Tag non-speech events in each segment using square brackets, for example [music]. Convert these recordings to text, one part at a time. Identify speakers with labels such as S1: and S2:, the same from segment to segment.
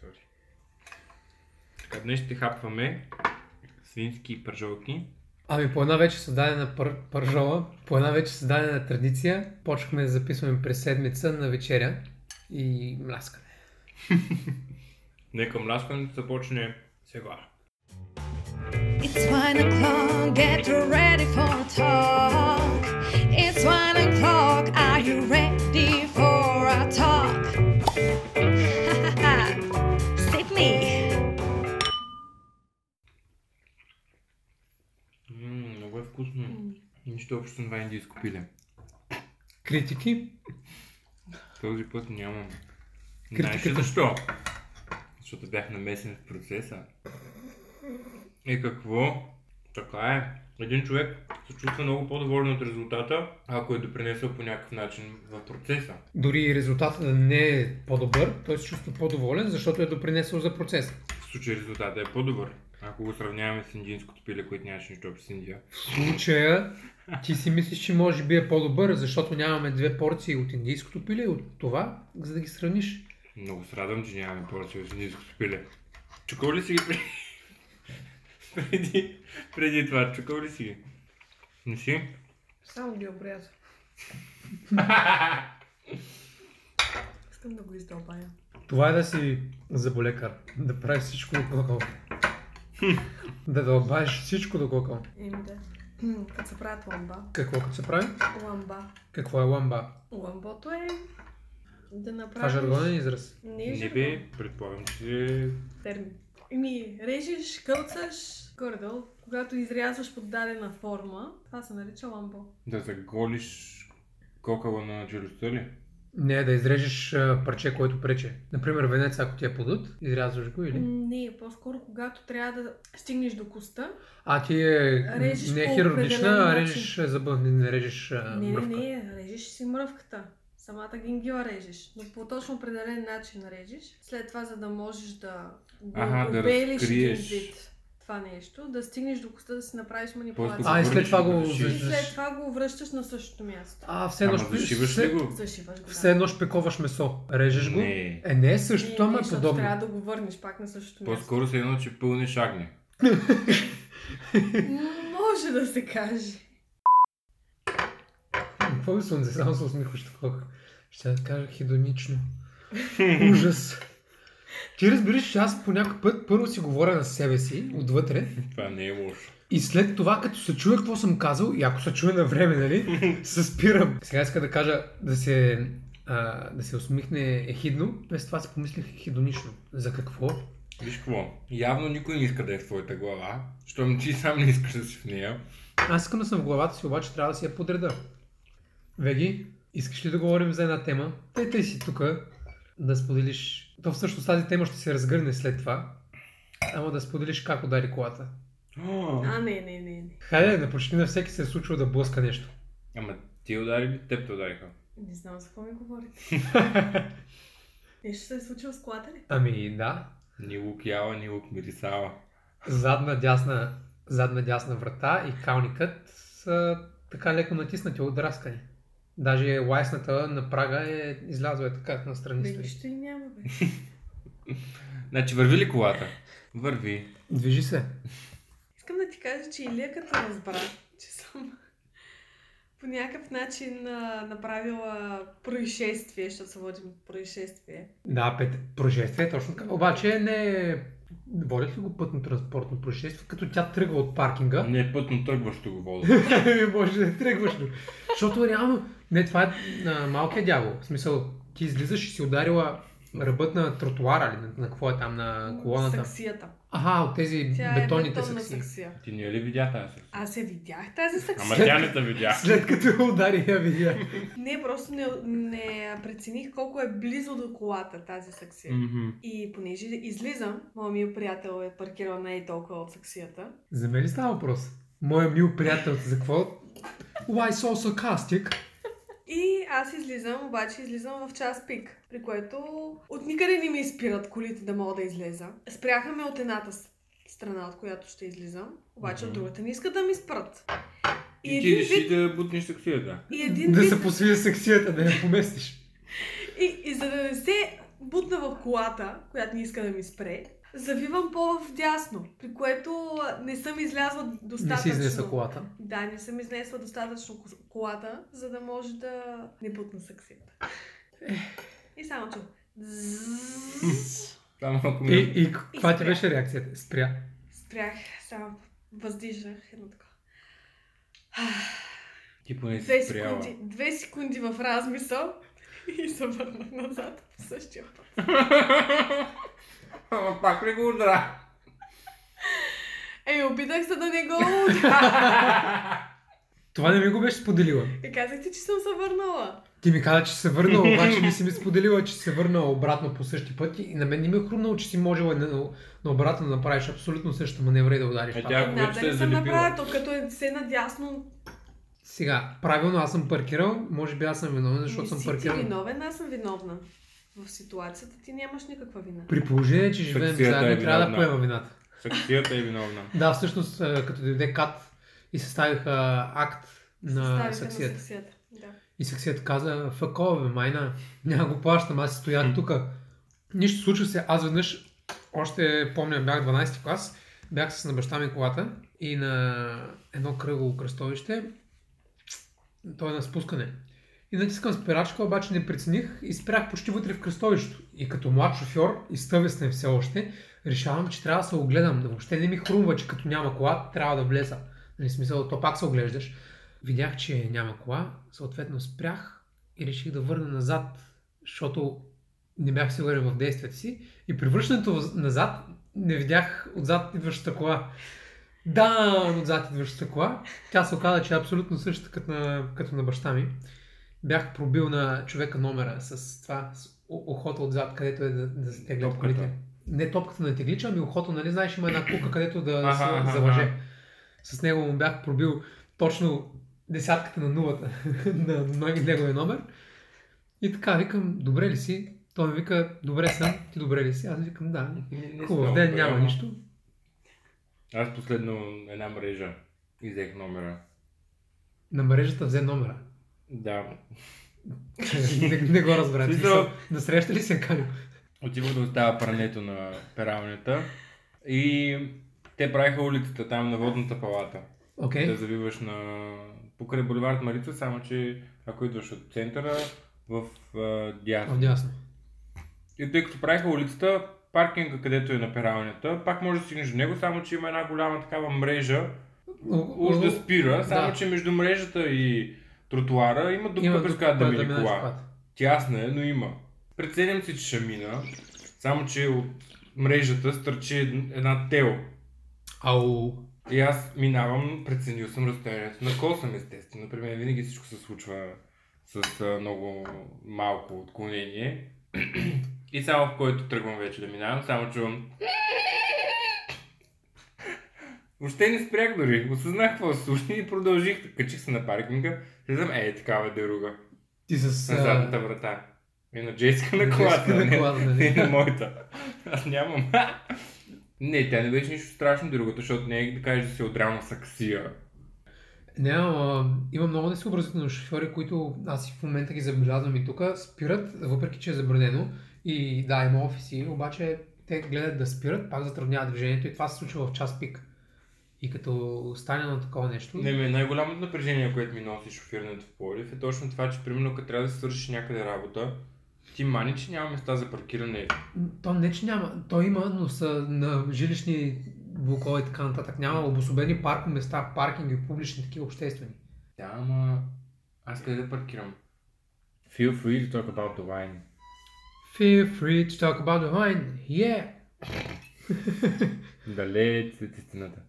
S1: сори. Така, днес ще хапваме свински пържолки.
S2: Ами по една вече създадена пър, пържола, по една вече създадена традиция, почнахме да записваме през седмица на вечеря и мляскане.
S1: Нека мляскането започне сега.
S3: It's wine o'clock, get ready for a talk. It's wine o'clock, are you ready for a talk? [laughs] Save me.
S1: Ммм, много е вкусно. Нищо общо с това индийско пиле.
S2: Критики?
S1: Този път нямам. Знаеш ли
S2: Критиката.
S1: защо? Защото бях намесен в процеса. И какво? Така е. Един човек се чувства много по-доволен от резултата, ако е допринесъл по някакъв начин в процеса.
S2: Дори и резултатът да не е по-добър, той се чувства по-доволен, защото е допринесъл за процеса.
S1: В случай резултатът е по-добър. Ако го сравняваме с индийското пиле, което нямаше нищо общо с Индия.
S2: В случая ти си мислиш, че може би е по-добър, защото нямаме две порции от индийското пиле и от това, за да ги сравниш.
S1: Много се радвам, че нямаме порция с индийското пиле. Чукал ли си ги преди... [laughs] преди... преди това? Чукал ли си ги? Не си?
S4: Само ги обряза. [laughs] Искам да го издълбая.
S2: Това е да си заболекар, да правиш всичко до кокал. да дълбаеш всичко до кокал.
S4: Еми да. Като се правят ламба.
S2: Какво като се прави?
S4: Ламба.
S2: Какво е ламба?
S4: Ламбото е
S2: Това
S4: да
S2: е
S4: направиш...
S2: жаргонен израз.
S4: Не е
S1: Не
S4: жаргон.
S1: бе, предполагам, че...
S4: Термин. Еми, режеш, кълцаш, гордо, когато изрязваш под дадена форма, това се нарича ламбо.
S1: Да заголиш кокала на челюстта ли?
S2: Не, да изрежеш а, парче, което прече. Например, венец, ако ти е подут, изрязваш го или...
S4: М, Не, по-скоро когато трябва да стигнеш до коста,
S2: А ти е
S4: Режеш
S2: не е
S4: по
S2: хирургична,
S4: определен
S2: а
S4: начин.
S2: режеш зъба, не, не режеш а,
S4: Не,
S2: мръвка.
S4: не, не, режеш си мръвката. Самата гингила режеш, но по точно определен начин режеш. След това, за да можеш да го
S1: Аха, да
S4: обелиш
S1: разкриеш.
S4: един вид това нещо, да стигнеш до коста да си направиш
S1: После
S4: манипулация.
S1: го
S2: А, и
S1: върнеш
S2: след това го
S1: решиш.
S4: и
S2: виждаш.
S4: след това го връщаш на същото място.
S2: А, все едно,
S1: Ама
S2: шпи-
S1: зашиваш ли
S2: все,
S1: го?
S4: Зашиваш го. да.
S2: все едно шпековаш месо. Режеш го.
S1: Не.
S2: Е, не е
S4: Не,
S2: същото, ама е
S4: защото
S2: подобно.
S4: Трябва да го върнеш пак на същото място.
S1: По-скоро се едно, че пълниш агне.
S4: М, [laughs] Може да се каже.
S2: Какво ми слънце? Само се усмихваш такова. Ще да кажа
S1: [laughs]
S2: хедонично. Ужас. Ти разбираш, че аз по някакъв път първо си говоря на себе си, отвътре,
S1: [laughs] Това не е лошо.
S2: И след това, като се чуя какво съм казал, и ако се чуя на време, нали, се спирам. Сега иска да кажа да се, а, да се усмихне ехидно, без това си помислих хидонично. За какво?
S1: Виж какво, явно никой не иска да е в твоята глава, щом ти сам не искаш да си в нея.
S2: Аз искам да съм в главата си, обаче трябва да си я подреда. Веги, искаш ли да говорим за една тема? Тъй, тъй си тук да споделиш. То всъщност тази тема ще се разгърне след това. Ама да споделиш как удари колата.
S4: А, не, не, не, не.
S2: Хайде, на почти на всеки се е случило да блъска нещо.
S1: Ама ти удари ли? Теб те удариха.
S4: Не знам за какво ми говорите.
S2: [laughs]
S4: Нещо се е случило с колата ли?
S2: Ами да,
S1: Ни лук яла, ни лук мирисава.
S2: задна дясна, задна дясна врата и калникът са така леко натиснати, отдраскани. Даже лайсната на прага е излязла е така на
S4: Бе,
S2: страни. стои.
S4: нищо и няма, бе.
S1: Значи върви ли колата? Върви.
S2: Движи се.
S4: Искам да ти кажа, че Илия като разбра, че съм [laughs] по някакъв начин а, направила происшествие, защото се водим происшествие.
S2: Да, пет. Происшествие, точно така. Обаче не е, водят ли го пътно-транспортно происшествие, като тя тръгва от паркинга? [laughs]
S1: Не, е пътно тръгващо го вода.
S2: Може да тръгваш. но- Защото реално, не, това е а, малкият дявол. В смисъл, ти излизаш и си ударила ръбът на тротуара или на, на какво е там, на колоната.
S4: Саксията.
S2: Аха, от тези
S4: Тя
S2: бетонните
S4: е
S2: е
S4: бетонна
S2: сакси.
S4: саксия.
S1: Ти не я ли видя тази? саксия?
S4: Аз я видях тази
S1: Ама
S4: саксия.
S1: тя не те видя.
S2: [laughs] След като я удари, я видя.
S4: Не, просто не, не прецених колко е близо до колата тази саксия.
S1: Мгм.
S4: И понеже излизам, моят ми приятел е паркирал не е толкова от саксията.
S2: За мен ли става въпрос? Моя мил приятел, за какво? Why so sarcastic?
S4: И аз излизам, обаче излизам в час пик, при което от никъде не ми изпират колите да мога да излеза. Спряха ме от едната с- страна, от която ще излизам, обаче от
S1: Мгм.
S4: другата не искат да ми спрат. И
S1: И ти
S4: един
S1: реши
S4: вид,
S1: да бутнеш таксията.
S4: и един
S2: да
S4: вид,
S2: се посвия сексията, да я поместиш.
S4: и, и за да не се бутна в колата, която не иска да ми спре. Завивам по-вдясно, при което не съм излязла
S2: Не си
S4: достатъчно.
S2: изнеса колата.
S4: Да, не съм изнесла достатъчно кос- колата, за да може да не бутна саксията. И
S1: [laughs]
S4: само чу. Зззз.
S1: Там малко
S2: И,
S1: ми... е-
S2: и каква ти беше реакцията? Спря.
S4: Спрях, само въздишах едно такова.
S1: Ти поне
S4: Две
S1: си спряла.
S4: секунди, две секунди в размисъл и се върнах назад по същия път.
S1: Ама пак ли го удра?
S4: Еми, опитах се да не го...
S2: Това не ми го беше споделила.
S4: И казах ти, че съм се върнала.
S2: Ти ми каза, че се [laughs] върнала, обаче не си ми споделила, че се върнала обратно по същия път и на мен не ми е хрумнало, че си можела на, на обратно да направиш абсолютно същата маневра и да удариш
S1: Е,
S2: пак.
S1: тя Ако
S4: Една
S1: вече се е
S4: да не съм
S1: залепила.
S4: направила, то като е се надясно,
S2: Сега, правилно аз съм паркирал, може би аз съм виновен, защото
S4: не
S2: съм
S4: си ти
S2: паркирал.
S4: виновен, аз съм виновна. В ситуацията ти нямаш никаква вина.
S2: При положение, че живеем
S1: Таксията е
S2: заедно, трябва да
S1: виновна.
S2: поема вината.
S1: Саксията е виновна.
S2: Да, всъщност, е, като дойде кат и съставиха акт на
S4: Съставите
S2: саксията.
S4: саксията. Да.
S2: И саксията каза, фако, бе, майна, няма го плащам, аз си стоях тук. Нищо случва се, аз веднъж, още помня, бях 12 клас, бях с на баща ми колата и на едно кръгово кръстовище, то е на спускане. И натискам спирачка, обаче не прецених и спрях почти вътре в кръстовището. И като млад шофьор, и съвестен все още, решавам, че трябва да се огледам. Да въобще не ми хрумва, че като няма кола, трябва да влеза. Нали, смисъл, то пак се оглеждаш. Видях, че няма кола, съответно спрях и реших да върна назад, защото не бях сигурен в действията си. И при връщането в- назад не видях отзад идващата кола. Да, отзад идващата кола. Тя се оказа, че е абсолютно същата като на, като на баща ми. Бях пробил на човека номера с това, с о- охота отзад, където е да, да се теглят
S1: Топката.
S2: колите. Не топката на теглича, ами охото, нали знаеш, има една кука, където да
S1: Аха, аха,
S2: се
S1: аха.
S2: залъже. С него му бях пробил точно десятката на нулата [laughs] на на неговия номер. И така, викам, добре ли си? Той ми вика, добре съм, ти добре ли си? Аз викам, да. Хубав ден, няма нищо.
S1: Аз последно една мрежа изех номера.
S2: На мрежата
S1: [laughs]
S2: взе номера.
S1: Да.
S2: не, не го разбрах.
S1: Смисъл-
S2: Смисъл, Насреща ли се Калю?
S1: Отивах да оставя прането на пералнята и те правиха улицата там на водната палата.
S2: Окей.
S1: Да завиваш на... покрай боливард Марица, само че ако идваш от центъра в а, дясно.
S2: Вдясно.
S1: И тъй като правиха улицата, паркинга, където е на пералнята, пак може да стигнеш до него, само че има една голяма такава мрежа, уж да спира, само
S2: Да.
S1: че между мрежата и тротуара има дупка,
S2: Има
S1: през
S2: тук
S1: която да
S2: да
S1: мине
S2: минаш
S1: кола.
S2: път.
S1: Тясна е, но има. Преценям си, че ще мина, само че от мрежата стърчи ед- една тел.
S2: Ау.
S1: И аз минавам, преценил съм разстоянието. На кол съм естествено. При мен винаги всичко се случва с а, много малко отклонение. И само в който тръгвам вече да минавам, само чувам... Въобще не спрях дори. Осъзнах какво се случи и продължих. Качих се на паркинга. Слизам, е, такава деруга.
S2: Ти с...
S1: На
S2: а,
S1: задната врата. И на Джейска
S2: [laughs] на
S1: на колата.
S2: Джейска на
S1: не-
S2: колата, нали?
S1: Не [laughs] на моята. Аз нямам. Не, тя не беше нищо страшно другото, защото не е да кажеш да се отряма с аксия.
S2: Не, ама има много несъобразителни шофьори, които аз и в момента ги забелязвам и тук, спират, въпреки че е забранено. И да, има офиси, обаче те гледат да спират, пак затрудняват движението и това се случва в час пик. И като стане на такова нещо,
S1: Не, ме, най-голямото напрежение, което ми носи шофирането в Пловдив е точно това, че примерно като трябва да свършиш някъде работа, ти мани, че няма места за паркиране.
S2: то не че няма, то има, но са на жилищни блокове и така нататък. Няма обособени парко места, паркинги, публични, такива обществени.
S1: Да, ама аз къде да паркирам? Feel free to talk about the wine.
S2: Feel free to talk about the wine, yeah!
S1: Далеч след истината.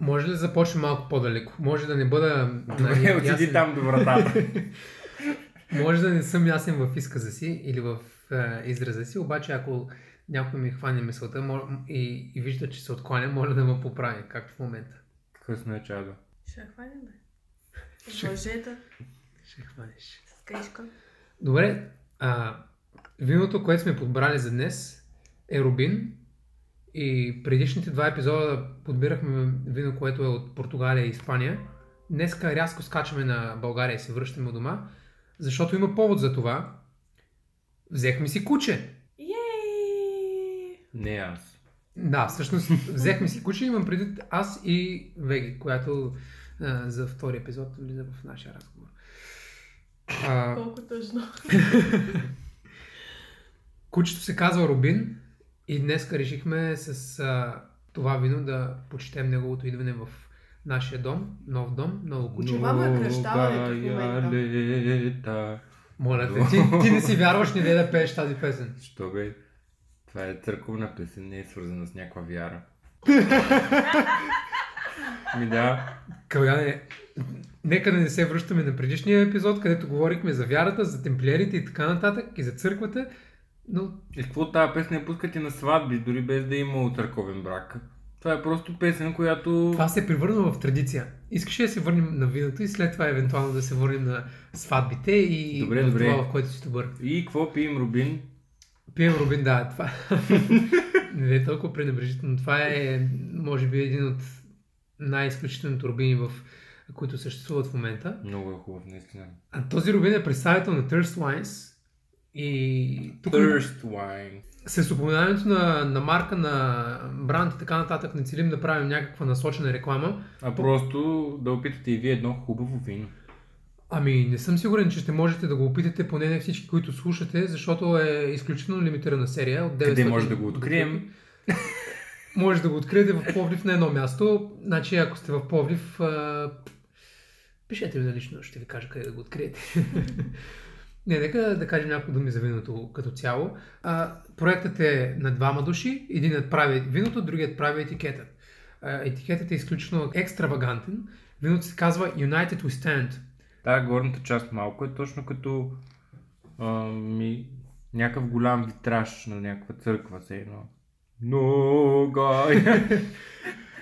S2: Може ли да започнем малко по-далеко? Може да не бъда...
S1: Добре,
S2: ясен-
S1: отиди там до вратата.
S4: [laughs]
S2: Може да не съм ясен в изказа си или в е, израза си, обаче ако някой ми хване мисълта мо- и, и вижда, че се откланя, може да ме поправи, както в момента.
S1: Късно е чадо.
S4: Ще я хванем, бе.
S2: [laughs] Ще-
S4: Лъжета
S2: Ще хванеш.
S4: с каишка.
S2: Добре, а, виното, което сме подбрали за днес е Рубин. И предишните два епизода подбирахме вино, което е от Португалия и Испания. Днеска рязко скачаме на България и се връщаме у дома, защото има повод за това. Взехме си куче.
S4: Йей!
S1: Не аз.
S2: Да, всъщност взехме си куче, имам предвид аз и Веги, която а, за втори епизод влиза в нашия разговор. А,
S4: Колко тъжно.
S2: Кучето се казва Рубин и днес решихме с а, това вино да почетем неговото идване в нашия дом, нов дом, ново куче.
S4: Но- Това му е кръщаването в момента.
S1: лета.
S2: Моля те, ти, ти не си вярваш ни да пееш тази песен.
S1: Що бе? Това е църковна песен, не е свързана с някаква вяра. Ми да,
S2: Каляне, нека да не се връщаме на предишния епизод, където говорихме за вярата, за темплиерите и така нататък, и за църквата, но
S1: и какво тази песен я пускат и на сватби, дори без да е имало църковен брак. Това е просто песен, която...
S2: това се превърна в традиция. Искаш ли да се върнем на виното и след това евентуално да се върнем на сватбите и
S1: Добре,
S2: в
S1: добре.
S2: това, в което си добър.
S1: И какво пием, Рубин?
S2: Пием Рубин, да, това. [laughs] не е толкова пренебрежително. Това е, може би, един от най-изключителните рубини, в които съществуват в момента.
S1: Много е хубав, наистина.
S2: А този рубин е представител на Thirst Lines. И тук
S1: Thirst wine.
S2: с упоменаването на, на марка, на бранд и така нататък не целим да правим някаква насочена реклама.
S1: А просто да опитате и вие едно хубаво вино.
S2: Ами не съм сигурен, че ще можете да го опитате, поне не всички, които слушате, защото е изключително лимитирана серия. От 900
S1: Къде може да го открием?
S2: Може да го откриете в Пловдив на едно място. Значи, ако сте в Пловдив, а, пишете ми на лично, ще ви кажа къде да го откриете. [laughs] Не, нека да кажем няколко думи за виното като цяло. А, проектът е на двама души. Единият прави виното, другият прави етикетът. А, етикетът е изключително екстравагантен. Виното се казва United We Stand.
S1: Та горната част малко е точно като а, ми, някакъв голям витраж на някаква църква, се едно. Но, гай!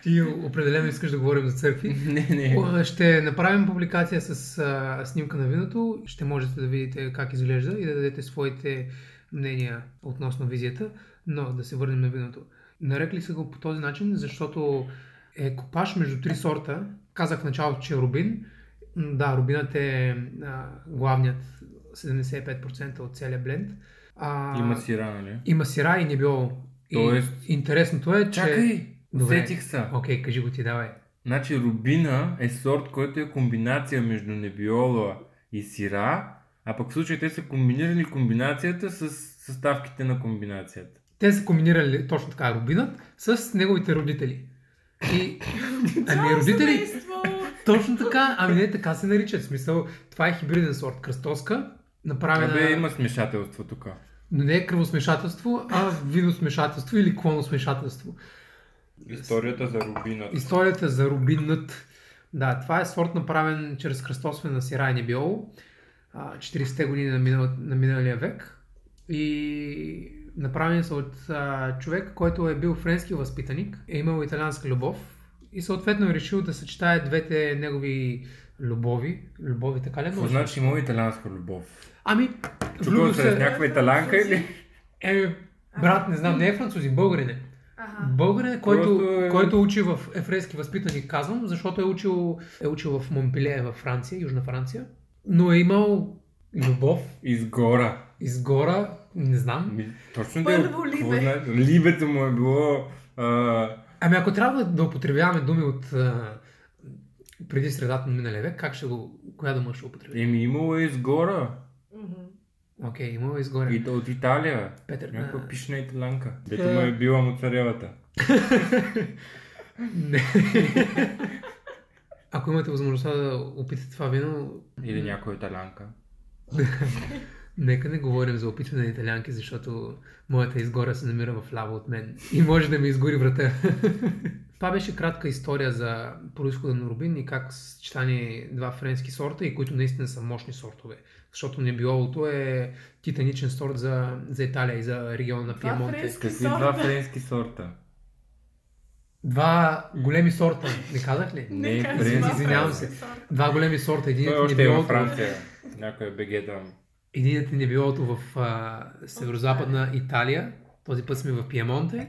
S2: Ти определено искаш да говорим за църкви.
S1: [laughs] не, не.
S2: О, Ще направим публикация с а, снимка на виното. Ще можете да видите как изглежда и да дадете своите мнения относно визията. Но да се върнем на виното. Нарекли са го по този начин, защото е копаш между три сорта. Казах в началото, че е рубин. М, Да, рубинът е а, главният 75% от целия бленд. А,
S1: Има сира, нали?
S2: Има сира и не е било.
S1: Тоест-
S2: И, интересното е, че...
S1: Чакай!
S2: Добре.
S1: Усетих са.
S2: Окей, кажи го ти, давай.
S1: Значи рубина е сорт, който е комбинация между небиола и сира, а пък в случая те са комбинирали комбинацията с съставките на комбинацията.
S2: те са комбинирали точно така рубинът с неговите родители. И, ами родители,
S4: Семейство!
S2: точно така, ами не, така се наричат. В смисъл, това е хибриден сорт, кръстоска, направена,
S1: Абе, има смешателство тук.
S2: но не е кръвосмешателство, а виносмешателство или клоносмешателство.
S1: Историята за рубината.
S2: Историята за рубинът, да, това е сорт направен чрез кръстосване на сира и небиоло, а, 40-те години на, минал, на миналия век и направен са от а, човек, който е бил френски възпитаник, е имал италианска любов и съответно е решил да съчетае двете негови любови. Любови така ли? е,
S1: Какво
S2: може?
S1: значи има италианска любов?
S2: Ами, влюбил
S1: Чукал се с
S2: се...
S1: някаква италянка или?
S2: Е, брат, не знам, не е французин, българин е.
S4: Аха.
S2: Българин, който,
S1: Просто е-
S2: който учи в ефрейски възпитаник, казвам, защото е учил, е учил в Монпеле, във Франция, Южна Франция, но е имал любов
S1: Изгора.
S2: изгора, не знам.
S1: Ми, Точно да е
S4: Първо либе.
S1: Либето му е било... А,
S2: Ами ако трябва да употребяваме думи от а, преди средата на миналия век, как ще го, коя дума ще употребим?
S1: еми имало е изгора.
S4: Мгм.
S2: Окей, имало изгоре.
S1: И то от Италия.
S2: Петър,
S1: Някаква
S2: а,
S1: пишна италянка. Дето му е била моцарелата.
S2: не. [laughs] ако имате възможността да опитате това вино,
S1: Или някоя италянка.
S2: Нека не говорим за опитване на италянки, защото моята изгора се намира в ляво от мен и може да ми изгори
S4: [laughs]
S2: врата. Това беше кратка история за происхода на Рубин и как са съчетани два френски сорта и които наистина са мощни сортове. Защото небиолото е титаничен сорт за, за Италия и за региона на
S4: Два
S2: Пиемонте.
S4: френски
S1: Какви
S4: сорта.
S1: два френски сорта?
S2: Два големи сорта, не казах ли?
S1: Не,
S4: Не, казвам,
S1: френски,
S4: френски
S2: извинявам се.
S4: сорта.
S2: Два големи сорта. Един
S1: Той
S2: е
S1: още е във
S2: небиолото,
S1: Франция. Някой беге там.
S2: Единият ни е билото в а, северо-западна Италия, този път сме в Пиемонте,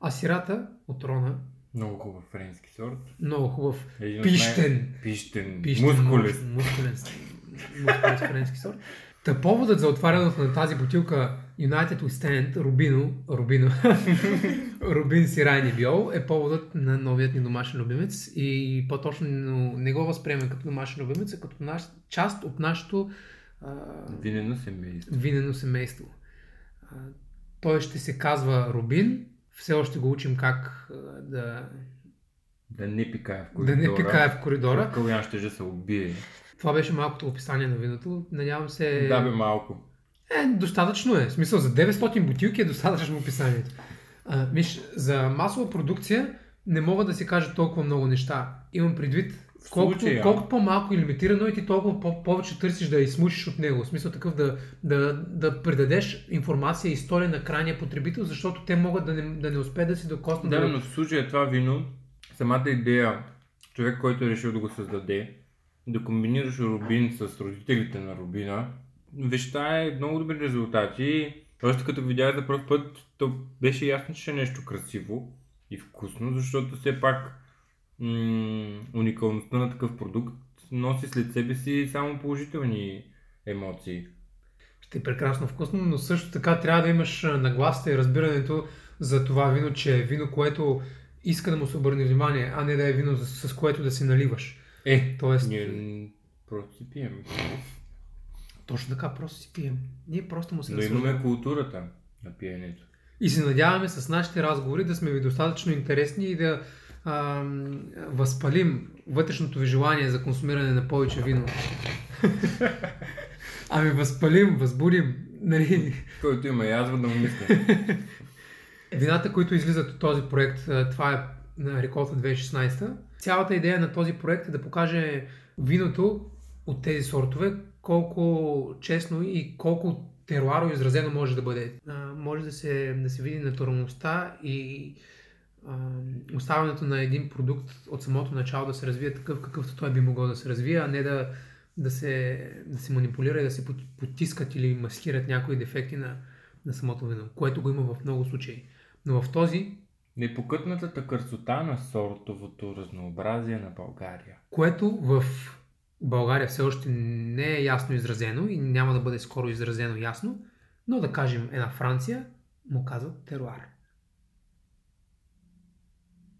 S2: а сирата от Рона,
S1: Много хубав френски сорт.
S2: много хубав,
S1: Един от най-
S2: пищен,
S1: Пищен.
S2: пищен
S1: Мускулест.
S2: мускулен, мускулен френски сорт. Та поводът за отварянето на тази бутилка United We Stand, Рубино, Рубино, [laughs] Рубин Сирайн и Биол е поводът на новият ни домашен любимец и по-точно не го възприемем като домашен любимец, а като наш, част от нашето а,
S1: Винено семейство.
S2: винено семейство. А, той ще се казва Рубин, все още го учим как а, да,
S1: Да не пикае в
S2: да
S1: коридора.
S2: не пикае в коридора.
S1: Калян ще же се убие.
S2: Това беше малкото описание на виното. Надявам се...
S1: Да бе малко.
S2: Е, достатъчно е. В смисъл, за 900 бутилки е достатъчно описанието. А, виж, за масова продукция не могат да се кажат толкова много неща. Имам предвид,
S1: В
S2: колкото,
S1: случая.
S2: колкото по-малко и лимитирано е, ти толкова по- повече търсиш да я измушиш от него. В смисъл такъв да, да, да предадеш информация и история на крайния потребител, защото те могат да не, да не успеят да си докоснат.
S1: Да,
S2: до-
S1: бе, но в случая това вино, самата идея, човек, който е решил да го създаде, да комбинираш Рубин с родителите на Рубина, веща е много добри резултати. Още като видях за първ път, то беше ясно, че е нещо красиво и вкусно, защото все пак м- уникалността на такъв продукт носи след себе си само положителни емоции.
S2: Ще е прекрасно вкусно, но също така трябва да имаш а, нагласата и разбирането за това вино, че е вино, което иска да му се обърне внимание, а не да е вино, с, с което да си наливаш.
S1: Е,
S2: Тоест,
S1: ние м, просто си пием.
S2: точно така, просто си пием. Ние просто му се
S1: Но имаме
S2: наслаждаваме.
S1: културата на пиенето.
S2: И се надяваме с нашите разговори да сме ви достатъчно интересни и да ам, възпалим вътрешното ви желание за консумиране на
S1: [laughs]
S2: повече вино. ами възпалим, възбудим, нали?
S1: Който има язва да му мисля.
S2: Вината, които излизат от този проект, а, това е на реколта 2016. Цялата идея на този проект е да покаже виното от тези сортове, колко честно и колко теруаро изразено може да бъде. А, може да се, да се види натуралността и а, оставането на един продукт от самото начало да се развие такъв, какъвто той би могъл да се развие, а не да, да, се, да се манипулира и да се пот- потискат или маскират някои дефекти на, на самото вино, което го има в много случаи. Но в този,
S1: Непокътнатата красота на сортовото разнообразие на България.
S2: което в България все още не е ясно изразено и няма да бъде скоро изразено ясно, но да кажем една Франция, му казват теруар.